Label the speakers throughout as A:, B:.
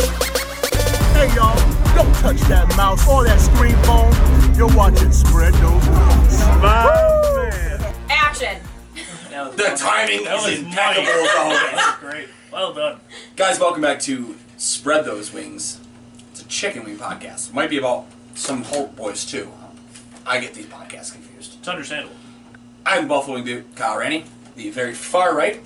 A: Hey y'all, don't touch that mouse or that screen phone. You're watching Spread Those Rules.
B: Action.
C: The timing
D: That
C: is
D: was
C: impeccable
D: mighty.
C: as always.
D: That was great. Well done.
C: Guys, welcome back to Spread Those Wings. It's a chicken wing podcast. Might be about some Hulk boys too. I get these podcasts confused.
D: It's understandable.
C: I'm Buffalo Wing Dude Kyle Rennie, the very far right,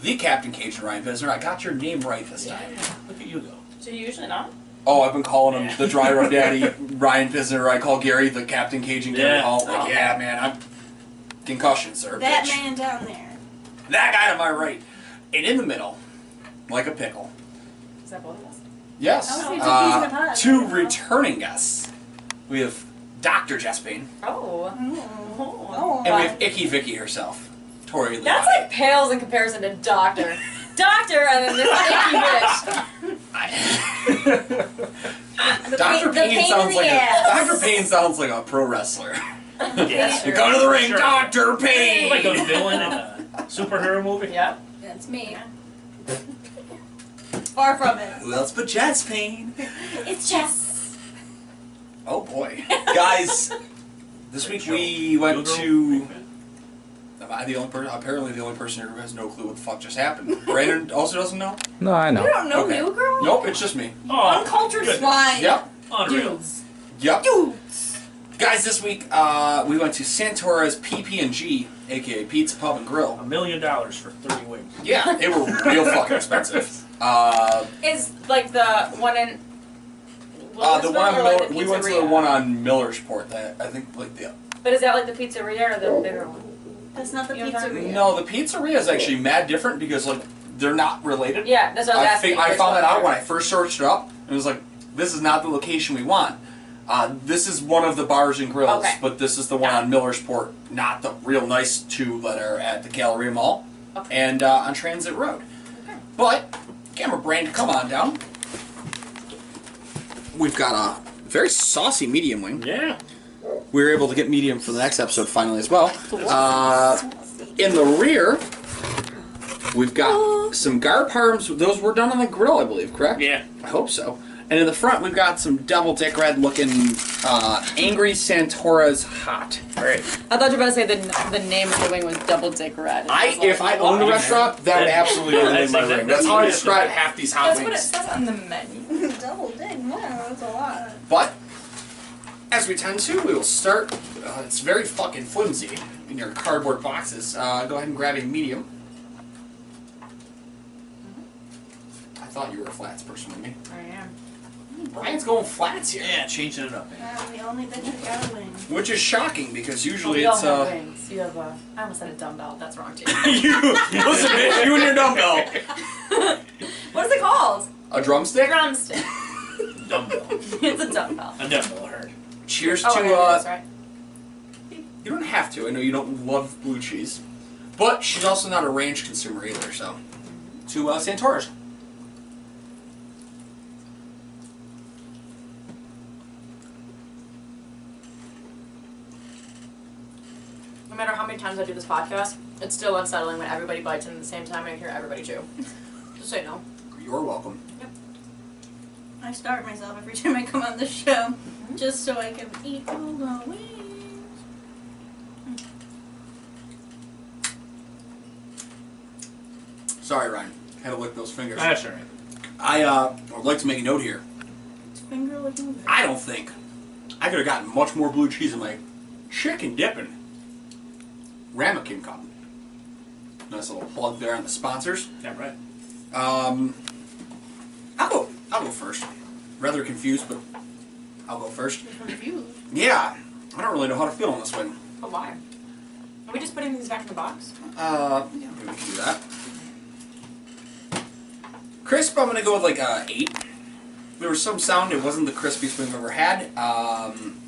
C: the Captain Cajun Ryan Visner. I got your name right this time.
D: Look at you go.
B: So you usually not?
C: Oh, I've been calling him the dry run daddy Ryan Visner. I call Gary the Captain Cajun Gary
D: Yeah.
C: Hall. Like, yeah, man, I'm concussion, sir.
B: That
C: bitch.
B: man down there.
C: That guy to my right. And in the middle, like a pickle.
B: Is that both of us?
C: Yes.
B: Oh, we took
C: Uh,
B: these in the pod.
C: two returning guests. We have Dr. Jess Bain,
B: Oh.
C: and we have Icky Vicky herself, Tori Lee.
B: That's like pales in comparison to Doctor. Doctor and then this icky bitch. The
C: Dr.
B: pain- the pain
C: Payne
B: in
C: sounds
B: the
C: like a,
B: ass.
C: Dr. Payne sounds like a pro wrestler.
D: Yes.
C: You go to the ring,
D: Sure.
C: Dr. Payne.
D: Like a villain in a superhero movie.
B: Yep.
E: That's me. Far from it.
C: Who else but Jess Payne?
E: It's Jess.
C: Oh boy, guys! This week we went to. Am I the only person? Apparently, the only person here who has no clue what the fuck just happened. Brandon also doesn't know.
F: No, I know.
E: You don't know
C: Okay.
E: new girl?
C: Nope, it's just me.
D: Oh,
E: Uncultured
D: goodness.
E: swine.
C: Yep.
D: Unreal.
E: Dudes.
C: Yep.
E: Dudes.
C: Guys, this week uh, we went to Santora's PP&G, aka Pizza Pub and
D: A
C: Grill.
D: million dollars for three wings.
C: Yeah, they were real fucking expensive. Uh,
B: Is like the one in.
C: uh, the
B: Williamsville or,
C: one on
B: like,
C: Miller,
B: the
C: we went to the
B: pizzeria?
C: one on Millersport. That I think like the
B: But is that like the pizzeria or the bigger one?
E: That's not the
B: You know what I
E: pizzeria.
C: no, the pizzeria is actually mad different because like they're not related.
B: Yeah, that's what I was
C: I,
B: asking.
C: think, I
B: Which
C: found
B: one
C: that out
B: there?
C: when I first searched it up. It was like, this is not the location we want. Uh, this is one of the bars and grills,
B: Okay.
C: but this is the one on Millersport, not the real nice two that are at the Gallery Mall
B: Okay.
C: and uh, on Transit Road. But, camera brand, come on down. We've got a very saucy medium wing.
D: Yeah.
C: We were able to get medium for the next episode finally as well. Uh, in the rear, we've got some gar parms. Those were done on the grill, I believe, correct?
D: Yeah.
C: I hope so. And in the front, we've got some double dick red looking uh, Angry Santora's Hot.
D: All right.
B: I thought you were about to say the, the name of the wing was Double Dick Red.
C: I, if I owned a restaurant, that would absolutely be the name of my ring. That's how I describe half these hot
B: That's what it
C: wings.
B: says on the menu.
E: Double dick. Wow, that's a lot.
C: But, as we tend to, we will start. Uh, it's very fucking flimsy in your cardboard boxes. Uh, go ahead and grab a medium. I thought you were a flats person with me.
B: I am.
C: Brian's going flats here.
D: Yeah, changing it up. man.
E: Wow, the only bitch who got a wing.
C: Which is shocking because
B: Oh,
C: usually
B: you all
C: it's
B: have
C: uh
B: wings. You have a. I almost said a dumbbell. That's wrong too.
C: you listen bitch, you and your dumbbell.
B: what is it called?
C: A drumstick?
B: Drumstick.
D: Dumbbell.
B: it's a dumbbell.
D: A dumbbell, I heard.
C: Cheers
B: Oh, I
C: to
B: know
C: uh
B: that's right.
C: you don't have to, I know you don't love blue cheese. But she's also not a ranch consumer either, so to uh Santoris.
B: No matter how many times I do this podcast, it's still unsettling when everybody bites and at the same time I hear everybody chew. Just so you know.
C: You're welcome.
E: I start myself every time I come on the show just so I can eat all the wings.
C: Sorry, Ryan. Had to lick those fingers.
D: Ah, that's all right.
C: I uh, would like to make a note here.
E: It's finger licking.
C: I don't think I could have gotten much more blue cheese in my chicken dipping ramekin cup. Nice little plug there on the sponsors.
D: Yeah, right.
C: Um, I'll go. I'll go first. Rather confused, but I'll go first.
E: Confused.
C: Yeah, I don't really know how to feel on this one.
B: But why? Are we just putting these back in the box?
C: Uh, yeah, maybe we can do that. Crisp, I'm gonna go with like uh, eight. There was some sound. It wasn't the crispiest we've ever had. Um,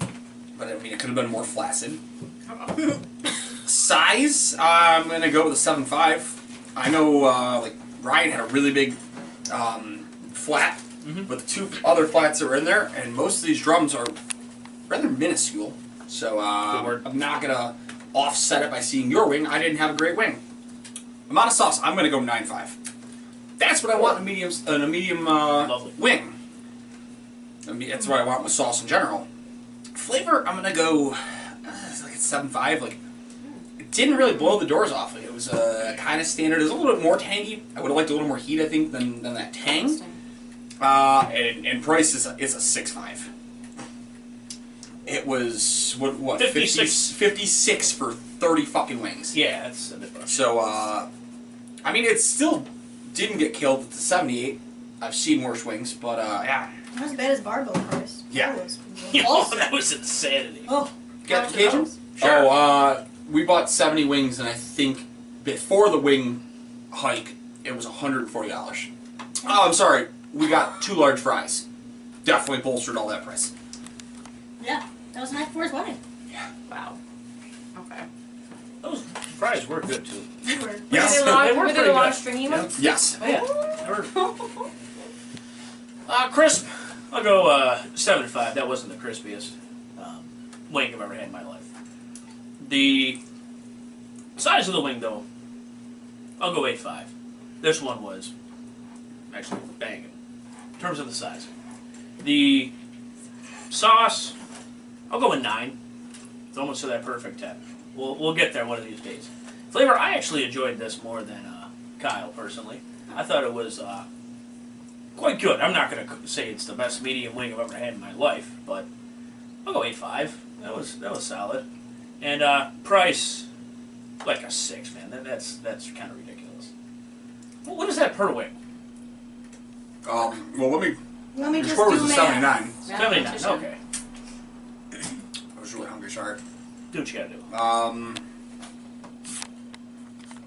C: but I mean, it could have been more flaccid. Size, uh, I'm gonna go with a seven five. I know, uh, like Ryan had a really big um, flat
D: Mm-hmm.
C: with the two other flats that were in there, and most of these drums are rather minuscule. So uh,
D: Good word.
C: I'm not gonna offset it by seeing your wing. I didn't have a great wing. Amount of sauce, I'm gonna go nine five. That's what I want in a medium, in a medium uh,
D: Lovely.
C: wing. I mean, that's what I want with sauce in general. Flavor, I'm gonna go uh, it's like a seven five. Like it didn't really blow the doors off. It was uh, kind of standard. It was a little bit more tangy. I would have liked a little more heat, I think, than, than that tang. Uh, and, and price is a, is a six five. It was what what
D: 56.
C: 56 for thirty fucking wings.
D: Yeah, that's a bit rough.
C: So uh, I mean, it still didn't get killed at the seventy eight. I've seen worse wings, but uh, yeah,
E: Not as bad as Barbell Price.
C: Yeah.
E: That was-
D: Oh, that was insanity.
E: Oh,
C: got
B: much
C: the
B: are
C: Cajun.
B: those?
C: Oh, uh, we bought seventy wings, and I think before the wing hike, it was one hundred and forty dollars. Oh, I'm sorry, we got two large fries. Definitely bolstered all that price.
E: yeah. That was night for his wedding.
B: Wow. Okay.
D: Those fries were good too.
E: We were-
C: Yes.
B: Were they, long,
D: They were
B: were they
D: pretty
B: the long
D: good.
B: stringy
D: Yeah.
B: ones?
C: Yes.
D: Yeah. they were- Oh. uh, crisp. I'll go uh, seven to five. That wasn't the crispiest um, wing I've ever had in my life. The size of the wing, though, I'll go eight five. This one was actually banging in terms of the size. The sauce, I'll go a nine. It's almost to that perfect ten. We'll we'll get there one of these days. Flavor, I actually enjoyed this more than uh, Kyle personally. I thought it was uh, quite good. I'm not going to say it's the best medium wing I've ever had in my life, but I'll go eight five. That was that was solid. And uh, price, like a six, man. That, that's that's kind of ridiculous. Well, what is that per wing?
C: Um, well, let me.
E: Let me
C: Your
E: just
C: score was
E: do
C: a
E: math.
C: seventy-nine.
D: Seventy nine.
B: Mathematician.
D: Okay,
C: I was really hungry. Sorry.
D: do what you got to do.
C: Um,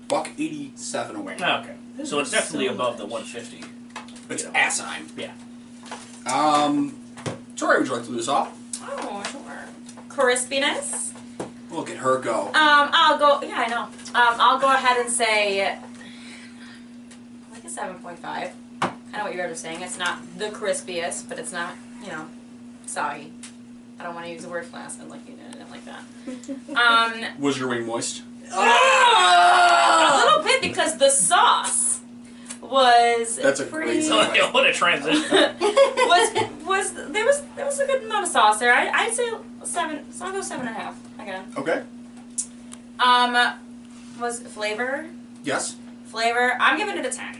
C: buck eighty-seven away.
D: Okay, so it's
E: is
D: definitely
E: so
D: above the
E: much.
D: one fifty.
C: It's asinine.
D: Oh. Yeah.
C: Um, Tori, would you like to lose off?
B: Oh, sure. Crispiness.
C: Look at her go.
B: Um, I'll go. Yeah, I know. Um, I'll go ahead and say like a seven point five. I know what you guys are saying. It's not the crispiest, but it's not. You know, soggy. I don't want to use the word flaccid like you did it like that. Um, oh,
C: Was your wing moist?
B: a little bit because the sauce was
C: That's a
B: pretty.
C: great
D: So
C: sauce.
D: what a transition.
B: was was there was there was a good amount of sauce there. I I'd say seven. So I'll go seven and a half again.
C: Okay.
B: Um, was flavor
C: Yes.
B: Flavor, I'm giving it a 10.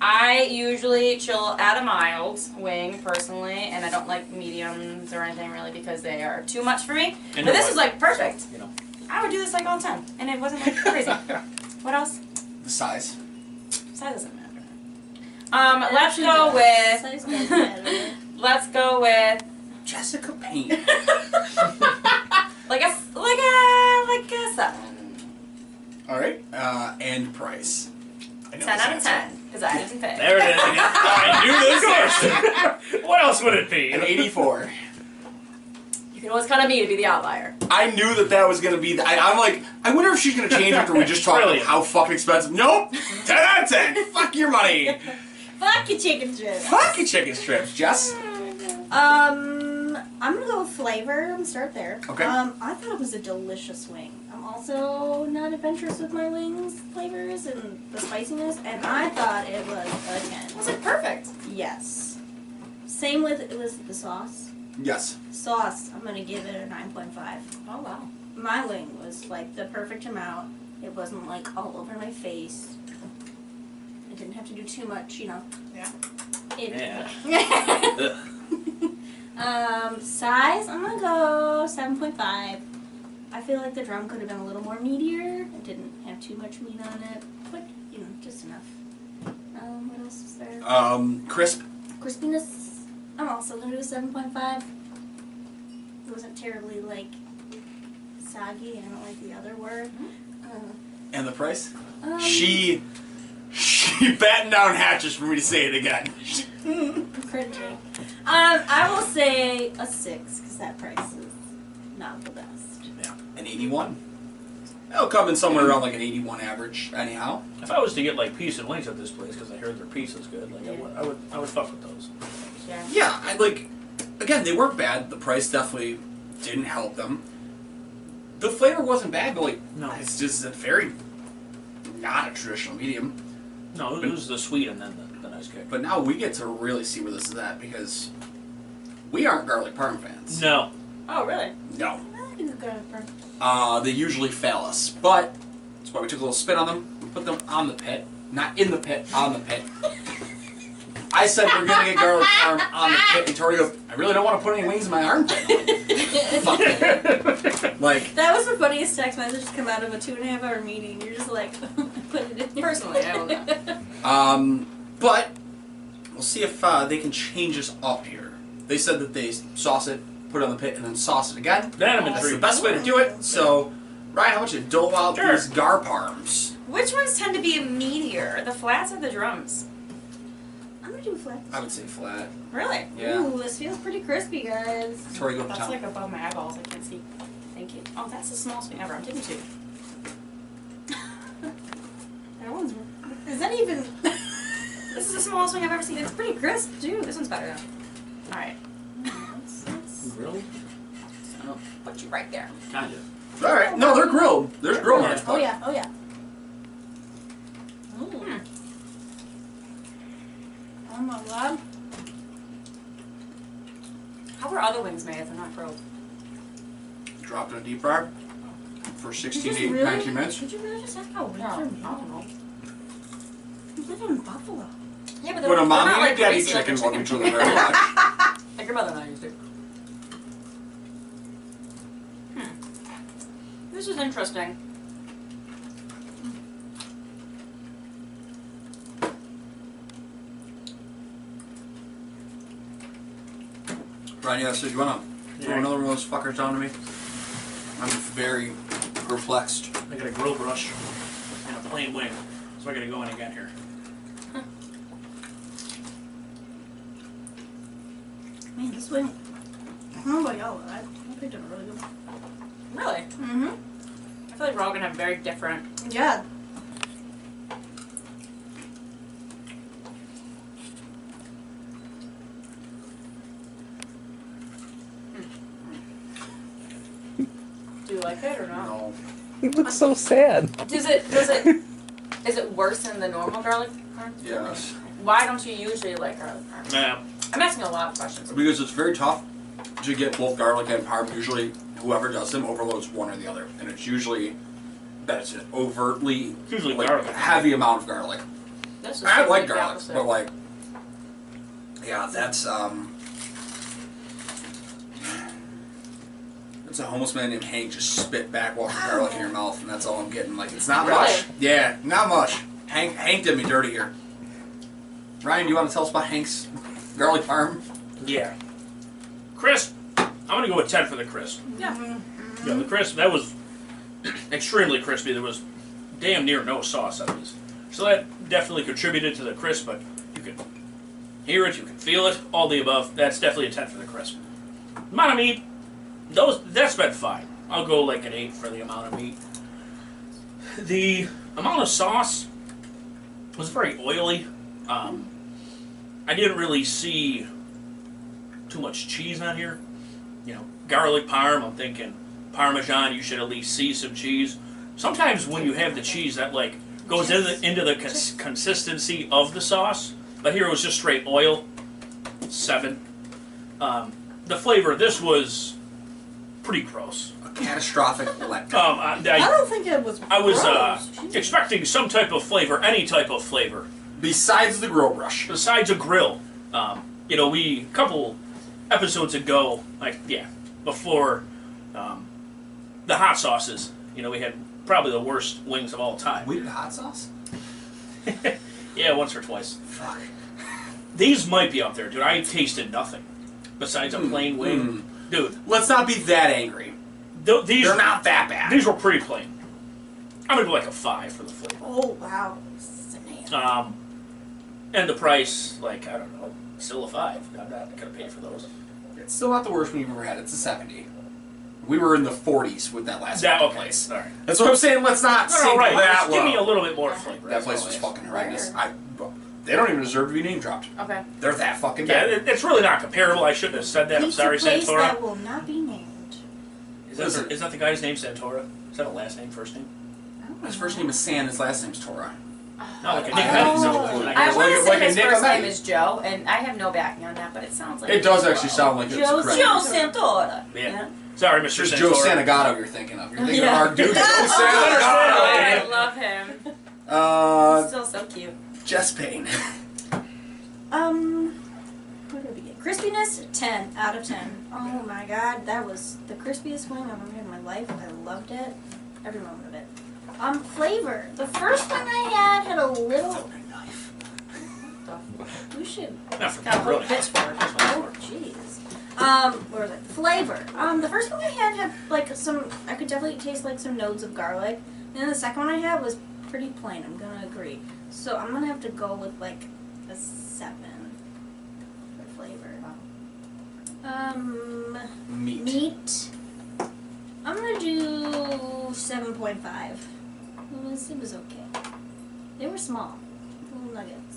B: I usually chill at a mild wing personally, and I don't like mediums or anything really because they are too much for me.
D: And
B: but
D: you're
B: this is like perfect.
D: You know.
B: I would do this like all the time, and it wasn't like crazy. what else?
C: The size.
B: Size doesn't matter. Um,
E: It
B: let's
E: actually
B: go
E: does. Size doesn't
B: with.
E: matter.
B: let's go with
C: Jessica Payne.
B: like a s- like a like a seven.
C: All right. Uh, and price. I know
B: Ten out
C: this
B: of
C: answer.
B: ten because I didn't pay.
D: There it is. I knew this. Of course. What else would it be?
C: An eighty-four.
B: You can always count on me to be the outlier.
C: I knew that that was gonna be. The, I, I'm like, I wonder if she's gonna change after we just talked about
D: Brilliant.
C: how fucking expensive. Nope. Ten out of ten. Fuck your money.
E: Fuck your chicken strip.
C: Fuck your chicken strips, Jess.
E: Um, I'm gonna go with flavor and start there.
C: Okay.
E: Um, I thought it was a delicious wing. I'm also not adventurous with my wings flavors and the spiciness, and I thought it was a ten.
B: Was it perfect?
E: Yes. Same with it was the sauce.
C: Yes.
E: Sauce, I'm gonna give it a nine point five.
B: Oh wow.
E: My wing was like the perfect amount. It wasn't like all over my face. I didn't have to do too much, you know.
B: Yeah.
E: It,
D: Ugh.
E: um, size, I'm gonna go 7.5. I feel like the drum could have been a little more meatier. It didn't have have too much meat on it, but you know, just enough. Um, what else is there?
C: Um, crisp.
E: Crispiness. I'm also gonna do a seven point five. It wasn't terribly like soggy. I don't like the other word. Uh,
C: And the price?
E: um,
C: she. She battened down hatches for me to say it again.
E: cringy. Um, I will say a six because that price is not the best.
C: Yeah, an 81. That'll come in somewhere around like an 81 average, anyhow.
D: If I was to get like piece and wings at this place because I heard their piece is good, like I,
B: Yeah.
D: would, I would, I would fuck with those.
B: Yeah.
C: Yeah, I like. Again, they weren't bad. The price definitely didn't help them. The flavor wasn't bad, but like,
D: No.
C: it's just a very not a traditional medium.
D: No, it was the sweet and then the, the nice kick.
C: But now we get to really see where this is at because we aren't garlic parm fans.
D: No,
B: Oh, really?
C: No.
E: I like a good garlic bread.
C: Uh, they usually fail us, but that's why we took a little spin on them. We put them on the pit, not in the pit, on the pit. I said we're gonna get garlic parm on the pit, and Tori goes, "I really don't want to put any wings in my armpit." Fuck it. Like,
E: That was the funniest text message to come out of a two and a half hour meeting. You're just like, put it in.
B: Personally, I don't know.
C: um, but we'll see if uh, they can change us up here. They said that they sauce it, put it on the pit, and then sauce it again.
D: that I'm
C: That's the
D: intrigued.
C: best way to do it. So, Ryan, how about you dole out
D: Sure.
C: these gar parms?
B: Which ones tend to be meatier, the flats or the drums?
E: I'm gonna do flat.
C: I would say flat.
B: Really?
C: Yeah.
E: Ooh, this feels pretty crispy, guys.
C: Tori, go up
B: That's
C: top.
B: like above my eyeballs. I can't see. Thank you. Oh, that's the smallest thing ever. I'm taking two.
E: That one's. Is that even?
B: This is the smallest thing I've ever seen. It's pretty crisp, too. This one's better. All right.
D: Grilled?
B: So I'll put you right there.
D: Kind of.
C: All right. No, they're grilled. There's grilled ones.
E: Oh yeah, oh yeah.
B: Mm.
E: Oh my god.
B: How were other wings made if they're not grilled?
C: Dropped in a deep fryer for
E: Did
C: 16
E: you
C: to
E: just really?
C: 19 minutes.
E: Did you really just ask how wings
B: No, Oh, I
E: are
B: don't
E: made?
B: know.
E: You live in Buffalo.
B: Yeah, but they're,
C: When a
B: they're
C: mommy
B: not
C: and a
B: like
C: daddy
B: greasy like
C: chicken
B: a
C: welcome to
B: chicken.
C: the very much.
B: Like your mother and I used to. Hmm.
E: Hmm.
B: This is interesting.
C: Ryan, yeah, so you wanna throw
D: Yeah.
C: another one of those fuckers down to me? I'm very perplexed.
D: I got a grill brush and a plain wing, so I gotta go in again here.
E: Man, this wing. I don't know about y'all, but I, I picked up a really good one.
B: Really?
E: Mm-hmm.
B: I feel like we're all gonna have very different.
E: Yeah.
B: Do you like it or not?
C: No.
F: You look so sad.
B: Does it? Does it? is it worse than the normal garlic parm?
C: Yes.
B: Why don't you usually like garlic parm?
D: Nah,
B: I'm asking a lot of questions.
C: Because it's very tough to get both garlic and parm. Usually, whoever does them overloads one or the other, and it's usually that it's an overtly
D: usually
C: like,
D: garlic.
C: heavy amount of garlic.
B: This is
C: I like
B: the
C: garlic,
B: opposite.
C: but like, yeah, that's um, it's a homeless man named Hank just spit back wash of garlic in your mouth, and that's all I'm getting. Like, it's not
B: Really?
C: much. Yeah, not much. Hank, Hank did me dirty here. Ryan, do you want to tell us about Hank's garlic parm?
D: Yeah. Crisp. I'm gonna go with ten for the crisp.
B: Yeah.
D: Yeah, the crisp that was extremely crispy. There was damn near no sauce on this, so that definitely contributed to the crisp. But you can hear it, you can feel it, all the above. That's definitely a ten for the crisp. Amount of meat, those that's been fine. I'll go like an eight for the amount of meat. The amount of sauce was very oily. Um, I didn't really see too much cheese on here. You know, garlic parm. I'm thinking parmesan. You should at least see some cheese. Sometimes when you have the cheese, that like goes into the, into the cons- consistency of the sauce. But here it was just straight oil. Seven. Um, the flavor. This was pretty gross.
C: A catastrophic letdown.
D: Um, I,
E: I
D: I,
E: don't think it was.
D: I was uh,
E: gross. Jeez.
D: expecting some type of flavor, any type of flavor.
C: Besides the grill brush,
D: besides a grill, um, you know, we a couple episodes ago, like yeah, before um, the hot sauces, you know, we had probably the worst wings of all time.
C: Whipped hot sauce?
D: Yeah, once or twice.
C: Fuck.
D: These might be up there, dude. I tasted nothing besides
C: Hmm.
D: a plain wing, dude.
C: Let's not be that angry.
D: Th- these
C: They're not that bad.
D: These were pretty plain. I'm gonna go like a five for the flavor.
E: Oh wow, Sam.
D: Um, and the price, like I don't know, still a five. I'm not gonna pay for those.
C: It's still not the worst we've ever had. It's a 70. We were in the 40s with that last
D: That
C: fucking
D: okay?
C: place.
D: All right.
C: That's what I'm saying. Let's not
D: No, no,
C: single
D: right.
C: that
D: Just give me
C: low.
D: a little bit more flavor.
C: that
D: that's
C: place
D: all
C: was
D: it is.
C: fucking horrendous. I, they don't even deserve to be name dropped.
B: Okay.
C: They're that fucking
D: Yeah,
C: bad.
D: it, it's really not comparable. I shouldn't have said that. I'm
E: Pizza
D: sorry,
E: place
D: Santora.
E: that will not be named.
D: Is that, is that the guy's name Santora? Is that a last name, first name?
C: His first name is San. His last name's Torah.
D: Not like a
C: I
D: Nick
C: have
D: Hutton,
C: no
D: something
C: clue.
D: like
B: I
D: that.
B: want
C: like
B: to
C: a-
B: say
C: like a
B: his
C: Nick
B: first
C: O'Malley.
B: name is Joe, and I have no backing on that, but it sounds like
C: It does actually sound like it's
B: Joe,
C: correct.
B: Joe Santora.
D: Yeah. Sorry, Mr.
C: It's
D: Santora.
C: Joe Santagato you're thinking of. You're thinking
B: Yeah.
C: of our dude Joe
B: I
C: Santagato.
B: love him.
C: Oh, Uh,
B: Still so cute.
C: Jess Payne.
E: Um, what did we get? Crispiness, ten out of ten. Oh my god, that was the crispiest wing I've ever had in my life. I loved it, every moment of it. Um, flavor. The first one I had had a little. We should
D: Not for
B: Got a whole
D: really.
B: pitchfork.
E: Oh, jeez. Um, where was it? Flavor. Um, the first one I had had like some. I could definitely taste like some nodes of garlic. And then the second one I had was pretty plain. I'm gonna agree. So I'm gonna have to go with like a seven for flavor. Um,
C: Meat.
E: meat. I'm gonna do seven point five. It was, it was okay. They were small, little nuggets.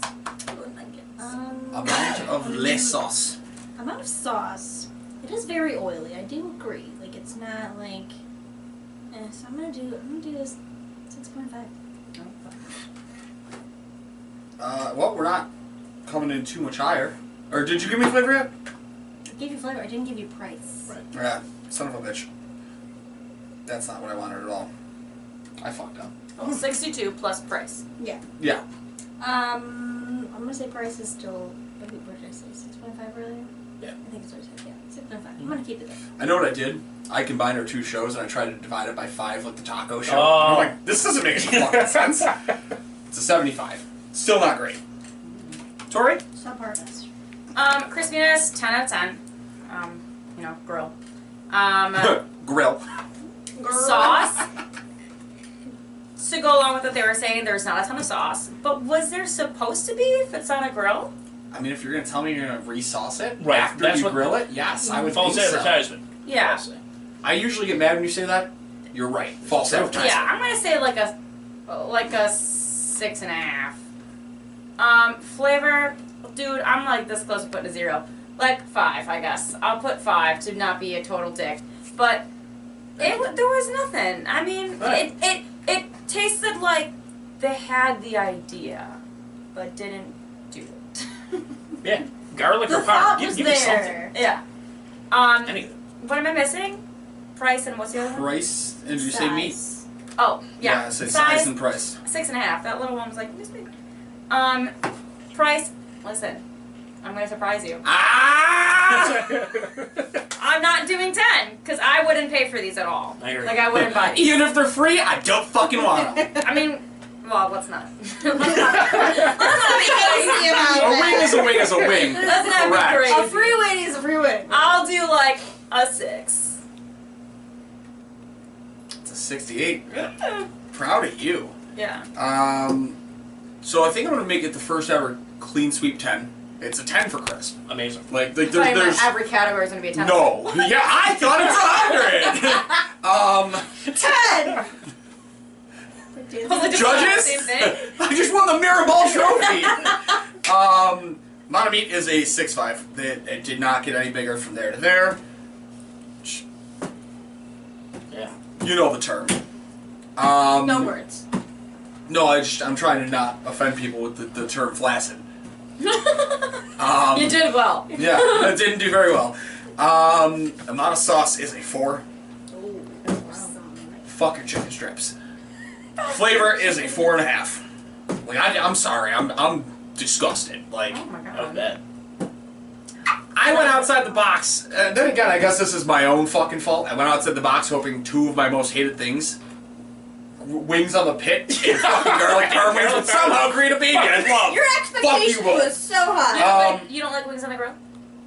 E: Little nuggets. Um,
C: Amount of less sauce.
E: amount of sauce. It is very oily. I do agree. Like it's not like. Eh, so I'm gonna do. I'm gonna do this. Six point five.
C: Uh, well, we're not coming in too much higher. Or did you give me flavor yet?
E: I gave you flavor. I didn't give you price.
D: Right.
C: Yeah, son of a bitch. That's not what I wanted at all. I fucked up.
B: 62 plus price.
C: Yeah.
E: Um, I'm gonna say price is still. Wait, what did I say? Six point five earlier.
D: Yeah.
E: I think it's what I said. Yeah, six point five. I'm gonna keep it there.
C: I know what I did. I combined our two shows and I tried to divide it by five like the taco show.
D: Oh.
C: I'm like, this doesn't make any fucking sense. It's a 75. Still not great. Tori?
E: Stop harvest.
B: Um, crispiness, 10 out of 10. Um, you know, grill. Um,
C: Grill.
B: sauce. To go along with what they were saying, there's not a ton of sauce. But was there supposed to be if it's on a grill?
C: I mean, if you're gonna tell me you're gonna resauce it
D: Right,
C: after
D: that's
C: you
D: what-
C: grill it, yes, I would
D: False
C: think so.
D: advertisement.
B: Yeah.
D: False.
C: I usually get mad when you say that. You're right. False advertisement.
B: Yeah, I'm gonna say like a like a six and a half. Um, flavor, dude, I'm like this close to putting a zero. Like five, I guess. I'll put five to not be a total dick. But it wa- there was nothing. I mean,
D: Right.
B: it it it tasted like they had the idea, but didn't do it.
D: Yeah. Garlic
E: The
D: or powder.
E: thought
D: Give,
E: was
D: give me something.
E: there.
B: yeah. Um,
D: Any of them.
B: what am I missing? Price and what's the other one?
C: Price and you say meat.
E: Size.
B: Oh, yeah.
C: I say
B: Size.
C: size and price.
B: six and a half. That little one was like, this big. Um, price. Listen, I'm gonna surprise you.
C: Ah!
B: I'm not doing ten because I wouldn't pay for these at all.
D: I hear
B: Like
D: you.
B: I wouldn't buy these.
C: Even if they're free, I don't fucking want them.
B: I mean, well, let's not. let's not be crazy
C: a
B: about
C: wing
B: it.
C: is a wing is a wing.
B: Let's not be
C: Correct.
E: A
B: crazy.
E: free wing is a free wing.
B: I'll do like a six.
C: It's a 68. Proud of you.
B: Yeah.
C: Um, so I think I'm gonna make it the first ever clean sweep 10. It's a 10 for crisp.
D: Amazing.
C: Like, like
B: Sorry,
C: there,
B: my
C: there's
B: every category is gonna be a ten.
C: no. Yeah, I thought it's a hundred. um.
E: Ten.
B: Was it just not the
C: Judges?
B: Same thing?
C: I just won the Mirrorball Trophy. um, Mana Meat is a six-five. It, it did not get any bigger from there to there.
D: Yeah.
C: You know the term. Um,
E: no words.
C: No, I just I'm trying to not offend people with the, the term flaccid.
B: You
C: Um,
B: did well.
C: yeah, that didn't do very well. Um, amount of sauce is a four.
B: Oh
C: Fuck your chicken strips. Flavor is a four and a half. Like I, I'm sorry, I'm I'm disgusted. Like.
B: Oh my
D: I
B: god.
D: would bet.
C: I went outside the box. Uh, then again, I guess this is my own fucking fault. I went outside the box hoping two of my most hated things wings on the pit and fucking garlic parm would somehow agree to be here. Love.
E: Your
C: Fuck
E: expectation
C: you both.
E: was so high.
C: Um,
B: you don't like wings on the grill?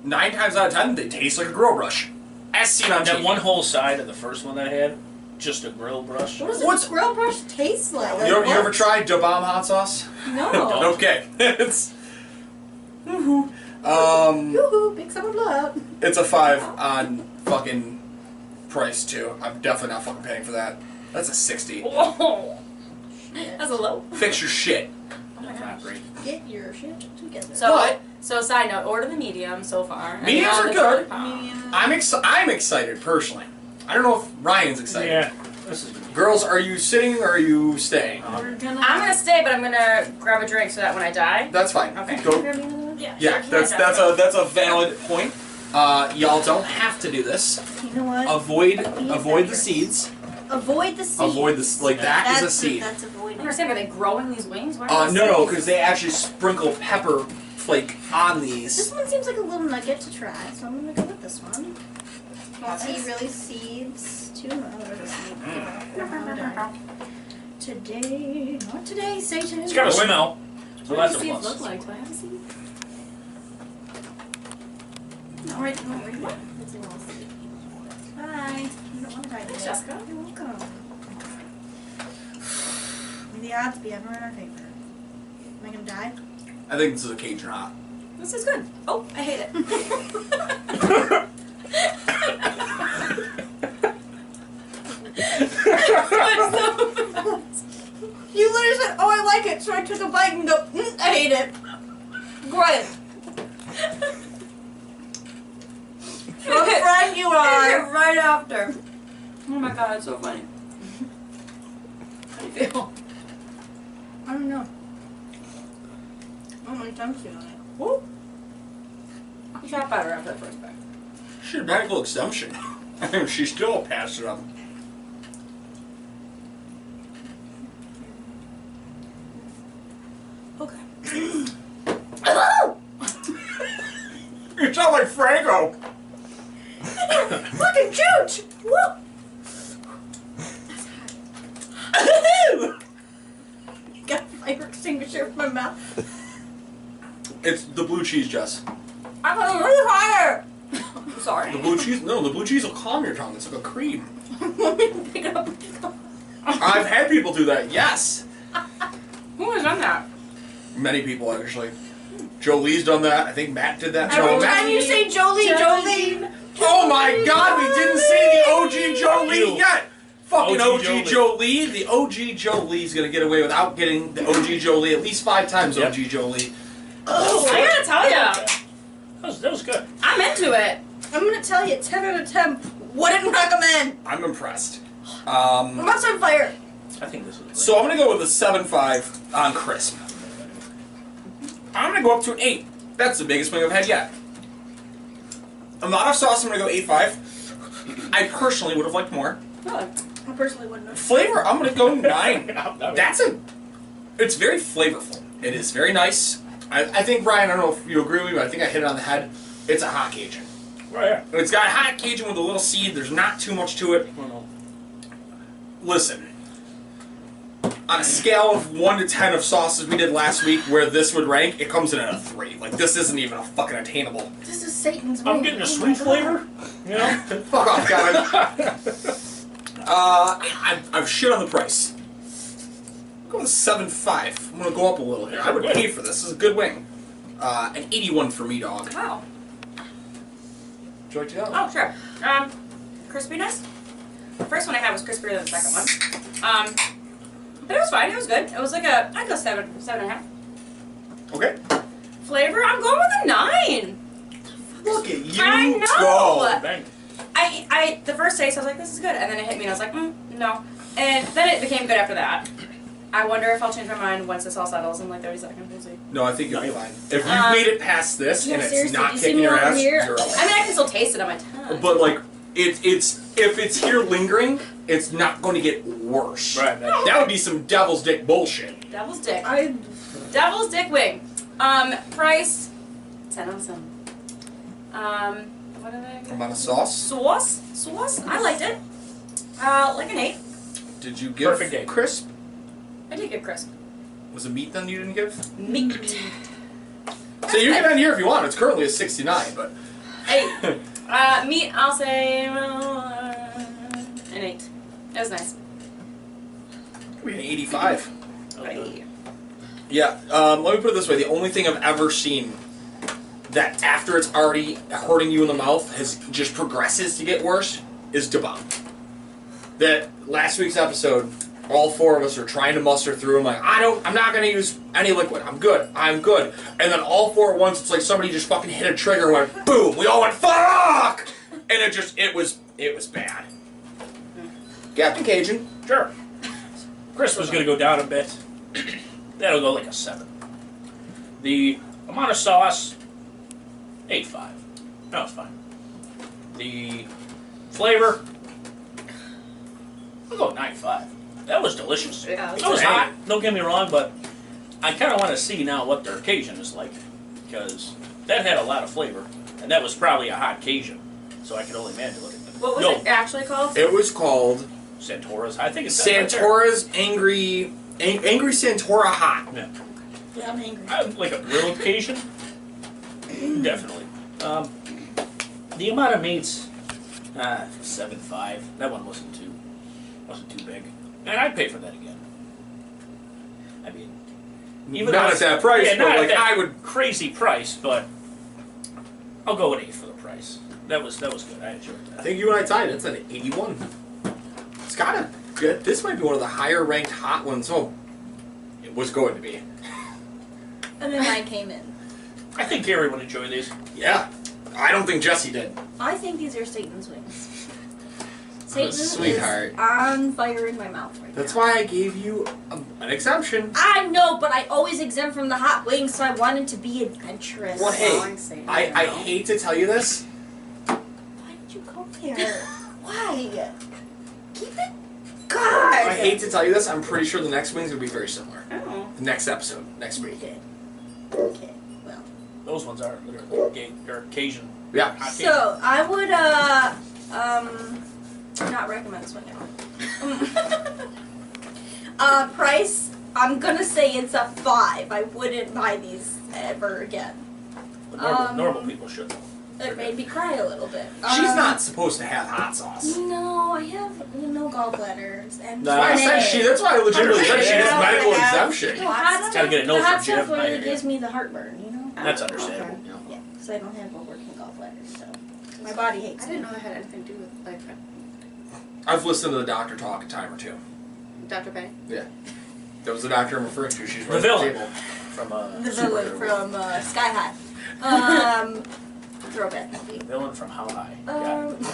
C: Nine times out of ten, they taste like a grill brush. As seen on
D: That
C: TV.
D: one whole side of the first one that I had, just a grill brush.
E: what does
C: what's-
E: a grill brush taste like?
C: You, ever- you ever
E: What?
C: tried Dobam hot sauce?
D: Oh.
E: No.
C: Okay. it's. Woohoo. Um,
E: Yoo-hoo, big someone up.
C: it's a five on fucking price too. I'm definitely not fucking paying for that. That's a sixty. Oh.
B: Whoa. That's a low.
C: Fix your shit.
B: Oh my gosh.
E: Get your shit together.
B: So,
C: But-
B: so side note, order the medium so far. and
C: Mediums
B: now
C: are
B: the
C: good.
B: compound.
C: I'm exci- I'm excited personally. I don't know if Ryan's excited.
D: Yeah, this is gonna be-
C: Girls, are you sitting or are you staying?
E: We're gonna.
B: I'm gonna stay, but I'm gonna grab a drink so that when I die.
C: That's fine.
B: Okay.
C: Go.
E: Grab me another one?
B: Yeah.
C: Yeah,
B: sure,
C: that's
B: yeah,
C: that's a that's a valid point. Uh, y'all don't have to do this.
E: You know what?
C: Avoid avoid the seeds.
E: avoid the seed.
C: Avoid this like that
E: that's
C: is a seed.
E: That's avoid.
B: I don't understand. Are they growing these wings? Why are
C: Uh,
B: they
C: no, no,
B: seeds?
C: because they actually sprinkle pepper flake on
E: This
C: these.
E: one seems like a little nugget to try, so I'm gonna go with this one. Won't
B: Yes.
E: eat really seeds too Mm. much. Oh, Today, not today, Satan.
D: It's got a smell. So
B: What
D: that's
B: do these
D: a
B: seeds
D: plus.
B: look like? Do I have a seed?
E: All right, all right, what? Bye. You don't want to die.
B: Thanks,
E: yet.
B: Jessica.
E: You're welcome. May the odds be ever in our favor. Am I gonna die?
C: I think this is a Cajun hot.
B: This is good. Oh, I hate it.
E: You literally said, "Oh, I like it," so I took a bite and go, mm, "I hate it." Great. What a friend you are.
B: right after. Oh my god, it's so funny. How do you feel?
E: I don't know. Oh my tongue's feeling it.
B: Woo. You got better after the first bite.
C: She had a medical exemption. I think she still passed it up.
E: Okay.
C: You sound like Franco.
E: Fucking shoot! Woo! Got a fire extinguisher in my mouth.
C: It's the blue cheese, Jess.
E: I'm going really higher.
B: I'm sorry.
C: The blue cheese? No, the blue cheese will calm your tongue. It's like a cream.
E: Let me pick it up.
C: I've had people do that. Yes,
B: Who has done that?
C: many people actually. Jolie's done that. I think Matt did that.
E: Every
C: Joe-
E: time you say Jolie, Jolie.
C: Oh my God! We didn't say the OG Jolie
D: You.
C: yet. Fucking OG,
D: OG
C: Jolie. The OG Jolie's gonna get away without getting the OG Jolie at least five times.
D: Yep.
C: OG Jolie.
B: I gotta tell ya,
D: That was, that was good.
B: I'm into it.
E: I'm gonna tell you, 10 out of 10 wouldn't recommend.
C: I'm impressed.
E: My
C: Um,
E: mouth's on fire.
D: I think this is.
C: so I'm gonna go with a seven five on crisp. I'm gonna go up to an eight. That's the biggest swing I've had yet. Amount of sauce, I'm gonna go eight five. I personally would have liked more.
B: Really?
E: I personally wouldn't have.
C: Flavor, I'm gonna go nine.
D: That
C: That's a. It's very flavorful. It is very nice. I, I think Brian. I don't know if you agree with me, but I think I hit it on the head. It's a hot Cajun.
D: was right. Yeah.
C: It's got a hot Cajun with a little seed. There's not too much to it.
D: I don't know.
C: Listen, on a scale of one to ten of sauces we did last week, where this would rank, it comes in at a three. Like this isn't even a fucking attainable.
E: This is Satan's
D: I'm
E: wing.
D: getting a
E: Oh my
D: sweet
E: God.
D: flavor. You know.
C: Fuck off, Gavin. uh, I, I've, I've shit on the price. I'm going seven five. I'm gonna go up a little here. I would pay for this. This is a good wing. Uh, an eighty-one for me, dog.
B: Wow.
C: Would you like to go?
B: Oh, sure. Um, crispiness. The first one I had was crispier than the second one. Um, but it was fine. It was good. It was like a I'd go seven, seven and a half.
C: Okay.
B: Flavor. I'm going with a nine.
C: Look at you
B: I know.
C: go.
D: Bang.
B: I, I, the first taste, I was like, this is good, and then it hit me, and I was like, mm, no. And then it became good after that. I wonder if I'll change my mind once this all settles in like 30 seconds. We'll see.
C: No, I think you'll be fine. If you
B: Um,
C: made it past this
E: Uh, yeah,
C: and it's
E: seriously,
C: not
E: you see
C: kicking
E: me
C: your
E: over
C: ass,
E: here?
C: you're
B: I
C: alright.
B: mean, I can still taste it on my tongue.
C: But like, it, it's if it's here lingering, it's not going to get worse.
D: Right. That,
C: That would be some devil's dick bullshit.
B: Devil's dick.
E: I
B: Devil's dick wing. Um, price. 10 on 7. Um, what did I get?
C: Amount of sauce.
B: Sauce? Sauce? I liked it. Uh, like an 8.
C: Did you give
D: Perfect day.
C: crisp?
B: I did get crisp.
C: Was it meat then you didn't give?
B: Meat.
C: So you can end here if you want. It's currently a 69, but
B: Eight. Uh, meat, I'll say uh, an eight. That was nice.
C: it could be an 85.
D: Oh,
B: Right.
C: Yeah, um, let me put it this way: the only thing I've ever seen that after it's already hurting you in the mouth has just progresses to get worse is debunk. That last week's episode, all four of us are trying to muster through. I'm like, I don't, I'm not gonna use any liquid. I'm good. I'm good. And then all four at once, it's like somebody just fucking hit a trigger. and Went boom. We all went fuck. And it just, it was, it was bad. Captain Cajun,
D: Sure. Chris was going to go down a bit. That'll go like a seven. The amount of sauce, eight five. That was fine. The flavor, I'll go nine five. That was delicious.
B: Yeah,
D: it
B: that's
D: was
C: great.
D: hot. Don't get me wrong, but I kind of want to see now what their Cajun is like because that had a lot of flavor, and that was probably a hot Cajun. So I can only imagine looking at them.
B: What was
D: no,
B: it actually called?
C: it was called
D: Santora's. I think it's
C: Santora's angry, ang- angry Santora hot.
D: Yeah.
B: Yeah, I'm angry.
D: I would like a grilled Cajun. Definitely. Um, the amount of meats, uh, seven five. That one wasn't too, wasn't too big, and I'd pay for that again. I mean, even
C: not
D: though-
C: at that price,
D: yeah,
C: but
D: not at
C: like
D: that
C: I would.
D: crazy price, but I'll go with eight for the price. That was that was good. I enjoyed that.
C: I think you and I tied. It's an 81. It's gotta. Good. This might be one of the higher ranked hot ones. Oh, it was going to be.
E: And then I came in.
D: I think Gary would enjoy these.
C: Yeah. I don't think Jesse did.
E: I think these are Satan's wings. Satan
C: sweetheart.
E: is on fire in my mouth right
C: That's
E: now.
C: why I gave you um an exception.
E: I know, but I always exempt from the hot wings, so I wanted to be adventurous.
C: Well, hey,
B: Long Satan,
C: I, I
B: you know.
C: hate to tell you this.
E: Why did you go there? why? Keep it. God.
C: I hate to tell you this. I'm pretty sure the next wing's gonna be very similar.
B: Oh.
C: The next episode, next week.
E: Okay. Okay. Well.
D: Those ones are literally gay, or Cajun.
C: Yeah.
D: hot Cajun.
E: So I would uh um not recommend this one now. uh, price. I'm gonna say it's a five. I wouldn't buy these ever again.
D: But normal,
E: um,
D: normal people should.
E: It made me cry a little bit.
B: Uh,
C: She's
E: Um,
C: not supposed to have hot sauce.
E: No, I have no gallbladders and.
D: No,
C: That's why I said she. That's why I legitimately said she has
E: Yeah.
C: medical
E: Yeah.
C: exemption.
E: No, hot
D: Gotta
E: stuff-
D: get a note
E: the hot
D: from Jim.
E: stuff
D: I
E: really
D: hear ya.
E: gives me the heartburn, you know.
D: That's understandable.
B: Oh, Okay.
E: Yeah, because I don't have a working gallbladder, so my body hates
B: I
E: it.
B: didn't know that had anything to do with like
C: I've listened to the doctor talk a time or two.
B: Dr. Penny.
C: That was the doctor I'm referring to. She's
D: The
C: right at the
D: villain.
C: table.
D: From uh,
E: The villain from uh, Sky High. Um, throwback.
D: villain from How High. Got it.
E: Um,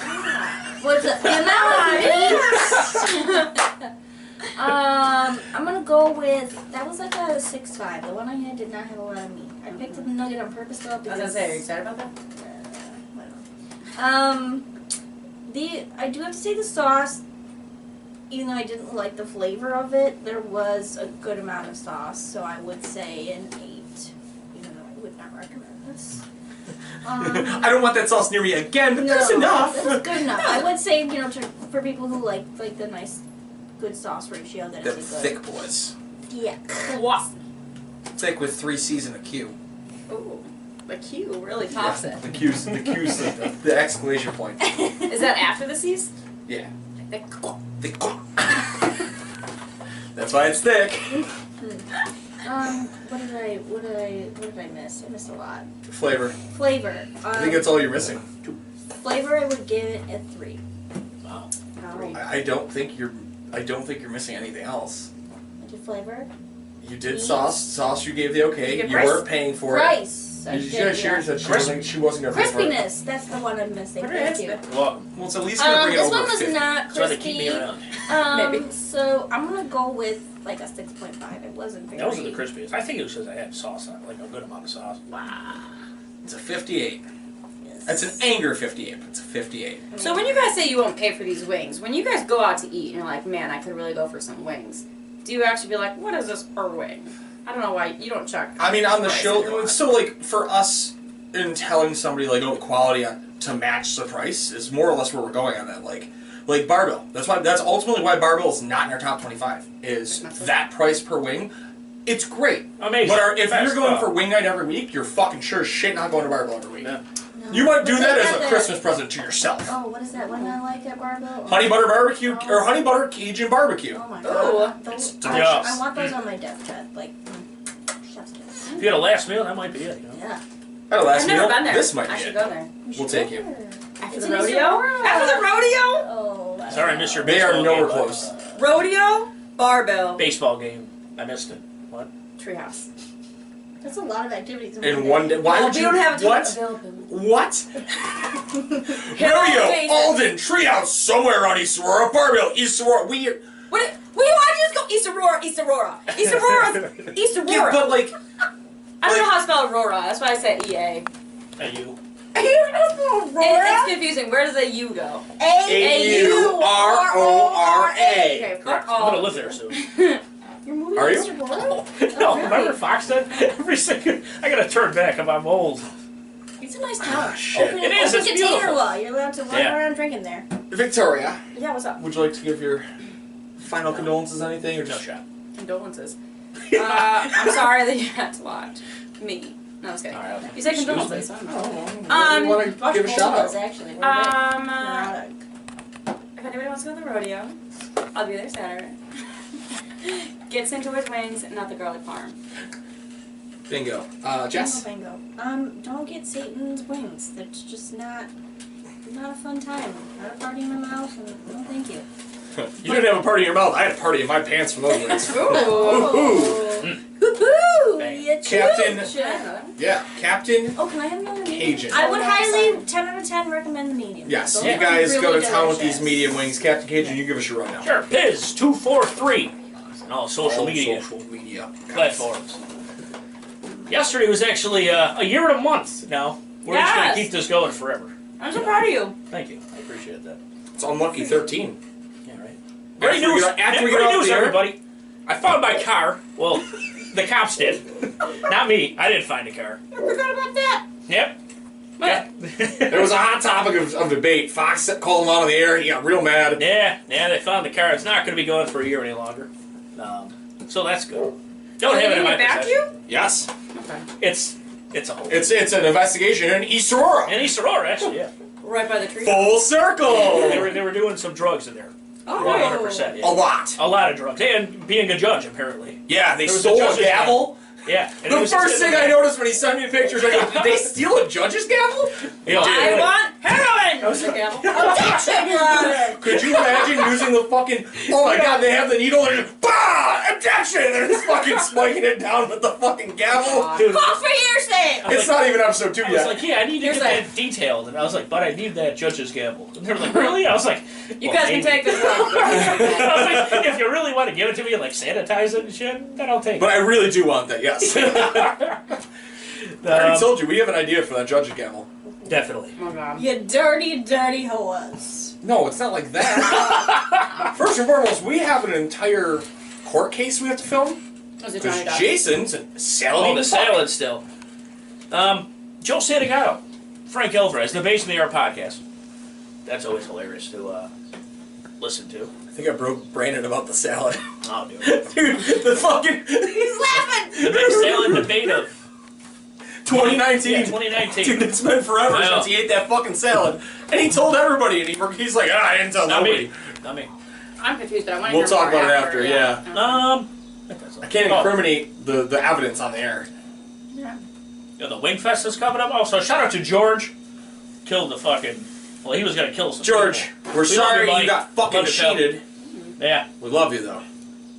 E: what's it? The amount of meat. um, I'm gonna go with that was like a six five. The one I had did not have a lot of meat. I picked up the nugget on purpose though
B: I was
E: because.
B: gonna say, are you excited about that?
E: uh, whatever. Um, the I do have to say the sauce. Even though I didn't like the flavor of it, there was a good amount of sauce, so I would say an eight. Even though I would not recommend this. Um,
C: I don't want that sauce near me again, but that's enough.
E: That's good enough. I would say, you know, to, for people who like like the nice, good sauce ratio, that
C: Them
E: it's a good.
C: thick boys.
E: Yeah.
C: Thick with three C's and a Q.
B: Ooh, the Q really tops
C: The Q's, the Q's, the, the exclamation point.
B: it. Is that after the C's?
C: Yeah.
B: Like
E: oh,
B: the-
C: Thick. That's why it's thick.
E: um, what did I what did I what did I miss? I missed a lot.
C: Flavor.
E: Flavor. Um,
C: I think that's all you're missing.
E: flavor. I would give it a three.
D: Wow.
C: I, I don't think you're. I don't think you're missing anything else.
E: I did flavor.
C: You did
E: Meat.
C: sauce. Sauce you gave the okay.
B: You get
C: You,
B: price.
C: weren't paying for
E: Price. I
C: it. You
E: did,
C: should have shared
E: yeah.
C: that she wasn't, she wasn't going to pay for it.
E: Crispiness. That's the one I'm missing.
B: Whatever
E: Thank
B: it
E: you.
B: is,
D: Well,
C: Well, it's at least going to
E: Um,
C: bring it
E: this
C: over
E: one was
C: 50.
D: try
E: not crispy.
D: to keep me around.
E: Um,
B: Maybe.
E: So I'm gonna go with like a six point five. It wasn't very.
D: That wasn't the crispiest. I think it was because I had sauce on it, like a good amount of sauce.
C: It's a 58.
E: Yes.
C: That's an anger 58, but it's a 58.
B: So when you guys say you won't pay for these wings, when you guys go out to eat and you're like, man, I could really go for some wings, do you actually be like, what is this per wing? I don't know why you don't check.
C: I mean, on the
B: price
C: show,
B: every once.
C: so like for us in telling somebody like, oh, the quality on, to match the price is more or less where we're going on that. Like, Like barbell. That's why. That's ultimately why barbell is not in our top twenty-five. Is that price per wing? It's great.
D: Amazing.
C: But our, if
D: Fast
C: you're going
D: stuff.
C: for wing night every week, you're fucking sure as shit not going to barbell every week.
D: Yeah.
C: You might do
E: But
C: that
E: they
C: as
E: have
C: a
E: that-
C: Christmas present to yourself.
E: Oh, what is that one I like at Barbell?
C: Honey butter barbecue
B: Oh.
C: or honey butter Cajun barbecue.
E: Oh my god.
C: Oh,
E: those,
C: it's
E: I,
D: delicious.
E: I want those on my deathbed. Like, mm, chef's kiss.
D: If you had a last meal, that might be it. You know?
E: Yeah.
C: That'll
B: I've
C: last
B: never
C: meal.
B: been there.
C: This might
B: I
C: be
B: should
C: it.
B: go there.
C: We'll take you.
B: After
E: It's
B: the
E: an easy
B: rodeo?
E: road.
B: After the rodeo?
E: Oh. wow.
D: Sorry, I missed your
C: They
D: baseball
C: are nowhere
D: game, bud.
C: close.
B: Rodeo? Barbell.
D: Baseball game. I missed it. What?
B: Treehouse.
E: That's a lot of activities.
C: In one day. Why
B: Well,
C: would
B: we
C: you?
B: don't have a ton
C: what? What?
B: Harold Mason.
C: Mario, Alden, Treehouse, somewhere on East Aurora, Barbell, East Aurora. We.
B: What? What do you want to do? Is go East Aurora, East Aurora, East Aurora, East Aurora.
C: Yeah, but like,
B: I don't know how to spell Aurora. That's why I said E EA.
D: Hey, you.
B: It, it's confusing. Where does a U go?
C: A U R O R
B: Okay,
C: A.
B: fuck
D: I'm gonna
B: all.
D: live there soon.
E: You're moving
C: Are
E: Mr.
C: you? Oh.
E: Roy?
D: no,
E: really?
D: remember Fox said every second I gotta turn back. I'm, I'm old.
E: It's a nice town.
C: Ah, shit.
E: Open,
D: It is,
E: Open
D: it's
E: container
D: beautiful.
E: law. You're allowed to walk
D: Yeah.
E: around drinking there.
C: Victoria,
B: Yeah, what's up?
C: would you like to give your final condolences, anything, or
D: No
C: just?
D: shot.
B: Condolences. Uh, I'm sorry that you had to watch me. No, I was kidding.
D: All right, I'll-
B: You said
D: excuse me.
B: condolences. I don't know.
C: Um,
B: Um,
C: want to give a
E: Both
C: shout
E: of us,
C: out.
E: actually. We're big.
B: Um,
E: We're
B: uh,
E: out of-
B: if anybody wants to go to the rodeo, I'll be there Saturday. Gets into his wings, not the garlic farm.
C: Bingo. Uh, Jess.
E: Bingo, bingo. Um, don't get Satan's wings. That's just not not a fun time. Not a party in my mouth, and no thank you.
C: You didn't have a party in your mouth. I had a party in my pants for those ones.
E: Ooh. Ooh.
D: Bang.
E: you
C: Captain-
E: choo-
B: Should I have another one?
C: Yeah, Captain.
E: Oh, can I have another medium? Oh,
C: Cajun.
E: I would highly, 10 out of 10, recommend the medium.
C: Yes,
E: Those
C: you
E: are
C: guys
E: really
C: go to town with
E: delicious.
C: these medium wings. Captain Cajun, you give us your rundown.
D: Sure, Piz two four three on all social
C: All
D: media
C: Social media.
D: platforms. Yesterday was actually uh, a year and a month now. We're just gonna
B: Yes.
D: keep this going forever.
B: I'm so proud of you.
D: Thank you. I appreciate that.
C: It's unlucky 13.
D: Yeah, right.
C: After
D: Great
C: we
D: news!
C: get- after we
D: great
C: get off
D: news,
C: the air.
D: everybody. I found my car. Well, the cops did. Not me. I didn't find a car.
B: I forgot about that.
D: Yep.
B: What?
D: Yeah.
C: There was a hot topic of, of debate. Fox called him out on the air. He got real mad.
D: yeah, yeah, they found the car. It's not going to be going for a year any longer. Um, so that's good. Don't
B: Are
D: have
B: they
D: it in
B: gonna
D: my
B: get back to you?
D: possession.
C: Yes,
D: It's it's a whole.
C: it's it's an investigation in East Aurora.
D: and East Aurora, actually, yeah.
B: Right by the tree.
C: Full circle.
D: They were, they were doing some drugs in there.
B: Oh.
D: 100%.
C: A
D: Yeah.
C: lot.
D: A lot of drugs. And being a judge, apparently.
C: Yeah, they
D: There was a
C: stole a
D: judge's
C: gavel.
D: Yeah. and it
C: The
D: was-
C: first thing I noticed when he sent me pictures, I go, "Did they steal a judge's gavel?"
D: Yeah.
B: I want heroin! Was the gavel.
E: Objection, Your Honor.
C: Could you imagine using the fucking? Oh my god, they have the needle and just bah! Objection! They're just fucking spiking it down with the fucking gavel.
D: Dude,
E: Fuck for your sake.
C: It's not even episode two
D: I was
C: yet.
D: like, yeah, I need to
B: Here's
D: get
B: a-
D: that detailed. And I was like, but I need that judge's gavel. And they were like, really? I was like,
B: You
D: "Well,
B: guys can
D: maybe."
B: take this one.
D: I was like, if you really want to give it to me and like sanitize it and shit, then I'll take
C: but
D: it.
C: I really do want that. Yes. I already
D: Um,
C: told you we have an idea for that judge's gavel.
D: definitely.
B: Oh my god.
E: You dirty, dirty whores.
C: No, it's not like that. First and foremost, we have an entire court case we have to film
B: Was it Johnny
C: because
B: Depp?
C: Jason's a
D: Oh,
C: salad.
D: the salad still. Um, Joe Santagato, Frank Alvarez, the Base of the Air podcast. That's always hilarious to uh, listen to.
C: I think I broke Brandon about the salad.
D: I'll do it.
C: Dude, the fucking
E: He's laughing.
D: The big salad debate of
C: 2019.
D: yeah,
C: Dude,
D: 2019.
C: it's been forever
D: I know.
C: since he ate that fucking salad. And he told everybody, and he, he's like, ah, I didn't tell
D: Not
C: nobody.
D: me. Not me.
B: I'm confused, but I want to
C: We'll talk about it after,
D: Um,
C: I can't incriminate the, the evidence on the air.
D: Yeah, the Wing Fest is coming up. Also, shout out to George. Killed the fucking. Well, he was gonna kill some
C: George,
D: people.
C: we're
D: love
C: sorry
D: you,
C: you,
D: buddy.
C: got fucking
D: Love you, pal.
C: cheated.
D: Yeah.
C: We love you, though.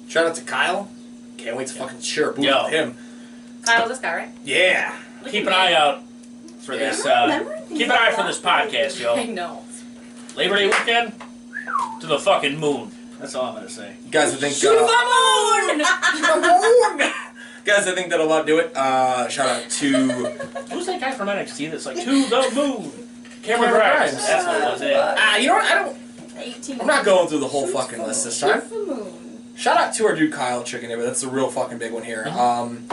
C: Shout out to Kyle. Can't wait to fucking share a booth
D: Yo.
C: with him.
B: Kyle, this guy, right?
C: Yeah.
D: Keep an eye out for
C: Yeah.
D: this.
E: I
D: Uh,
E: remember things
D: keep an eye
E: like
D: for
E: that.
D: this podcast,
B: I
D: yo.
B: know.
D: Labor Day weekend to the fucking moon. That's all I'm gonna say.
C: You guys, I think.
B: To the moon!
C: guys, I think that'll about do it. Uh, shout out to.
D: Who's that guy from NXT that's like to the moon?
C: Cameron
D: Cameron Grimes.
C: Grimes.
D: That's Uh, what it was. Yeah.
C: Ah, you know what? I don't.
E: 18.
C: I'm not going through the whole fucking list this time.
E: The moon.
C: Shout out to our dude Kyle Chicken Nibba. That's the real fucking big one here. Um,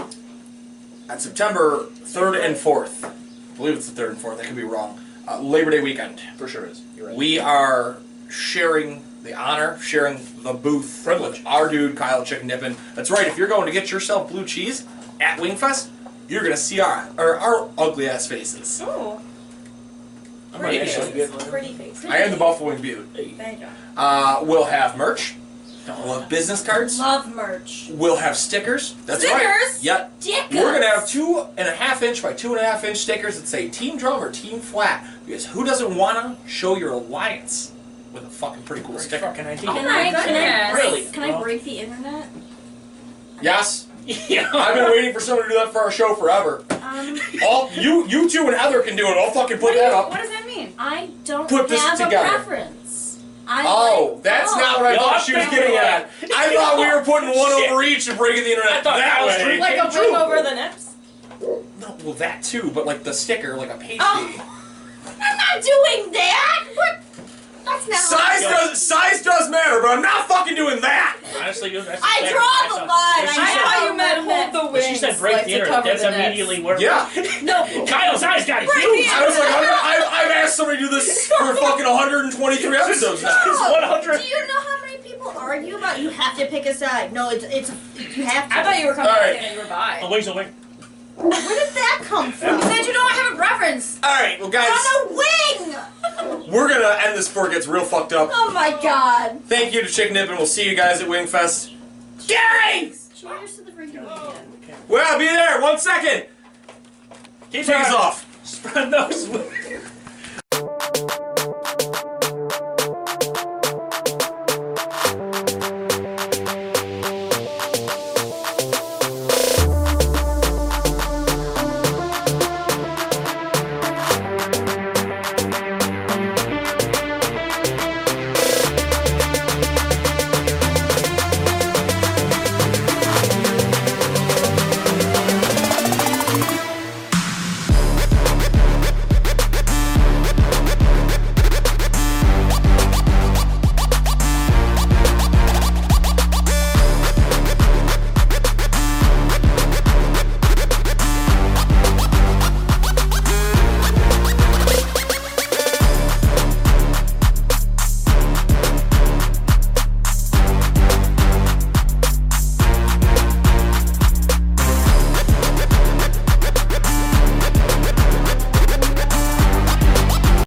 C: on September 3rd and 4th, I believe it's the 3rd and 4th, I could be wrong. Uh, Labor Day weekend.
D: For sure is. You're right.
C: We are sharing the honor, sharing the booth privilege. Our dude Kyle Chicken Dippin. That's right. If you're going to get yourself blue cheese at Wingfest, you're gonna see our or our ugly ass faces.
E: Oh,
D: I'm
C: Pretty
D: not actually good.
E: pretty face.
C: I am the Buffalo Wing Butte.
E: Thank you.
C: Uh, we'll have merch. We'll have business cards.
E: Love merch.
C: We'll have stickers. That's right.
E: Stickers?
C: Yep.
E: Dickers.
C: We're gonna have two and a half inch by two and a half inch stickers that say Team Drum or Team Flat because who doesn't want to show your alliance with a fucking pretty cool
D: Great
C: sticker?
D: fucking idea.
E: Can I, can I,
B: Oh goodness.
D: Really?
E: break, can I break the internet?
C: Yes,
D: Yeah.
C: I've been waiting for someone to do that for our show forever.
E: Um,
C: All you, you two and Heather can do it. I'll fucking put that
B: What
C: up.
B: does that mean?
E: I don't
C: Put this
E: have a
C: together.
E: preference. I
C: Oh,
E: like-
C: that's
E: oh.
C: not what I
D: No,
C: thought
D: I
C: she was
D: think
C: getting
D: we're
C: at. I
D: right.
C: thought we were putting one
D: Shit.
C: over each and breaking the internet
D: I thought
C: that
D: that was
C: way.
D: true.
B: Like a
D: True.
B: broom over the nips?
C: No, well, that too, but like the sticker, like a pasty.
E: Oh. I'm not doing that. What? That's not.
C: Size
D: Yeah.
C: does size does matter, but I'm not fucking doing that.
D: Honestly, dude, that's
E: I
D: exactly
E: draw
D: what I
E: the line.
D: saw.
B: I
D: When she
E: have
D: said-
B: thought you meant
E: limit.
B: hold the
D: when
B: wings.
D: she said break
B: like,
D: the
B: to
D: internet,
B: cover
D: that's
B: the nips.
D: immediately where
C: Yeah.
E: No.
D: Kyle's eyes got
E: Break
D: huge.
E: the
C: I was like, I'm gonna, I, I've asked somebody to do this for fucking 123 episodes now.
D: It's 100.
E: Oh, Do you know how many people argue about you have to pick a side? No, it's it's you have to.
B: I thought you were coming
C: All right.
B: saying that you were bi.
D: Oh, wait, so wait.
E: Where did that come from?
B: You said you don't have a preference.
C: All right, well, guys,
E: On a wing.
C: we're gonna end this before it gets real fucked up.
E: Oh my god.
C: Thank you to Chicken Nip, and we'll see you guys at Wingfest. Gary,
E: Cheers to the freaking weekend.
C: well, be there. One second.
D: Keep
C: Take us
D: going.
C: off.
D: Spread those wings.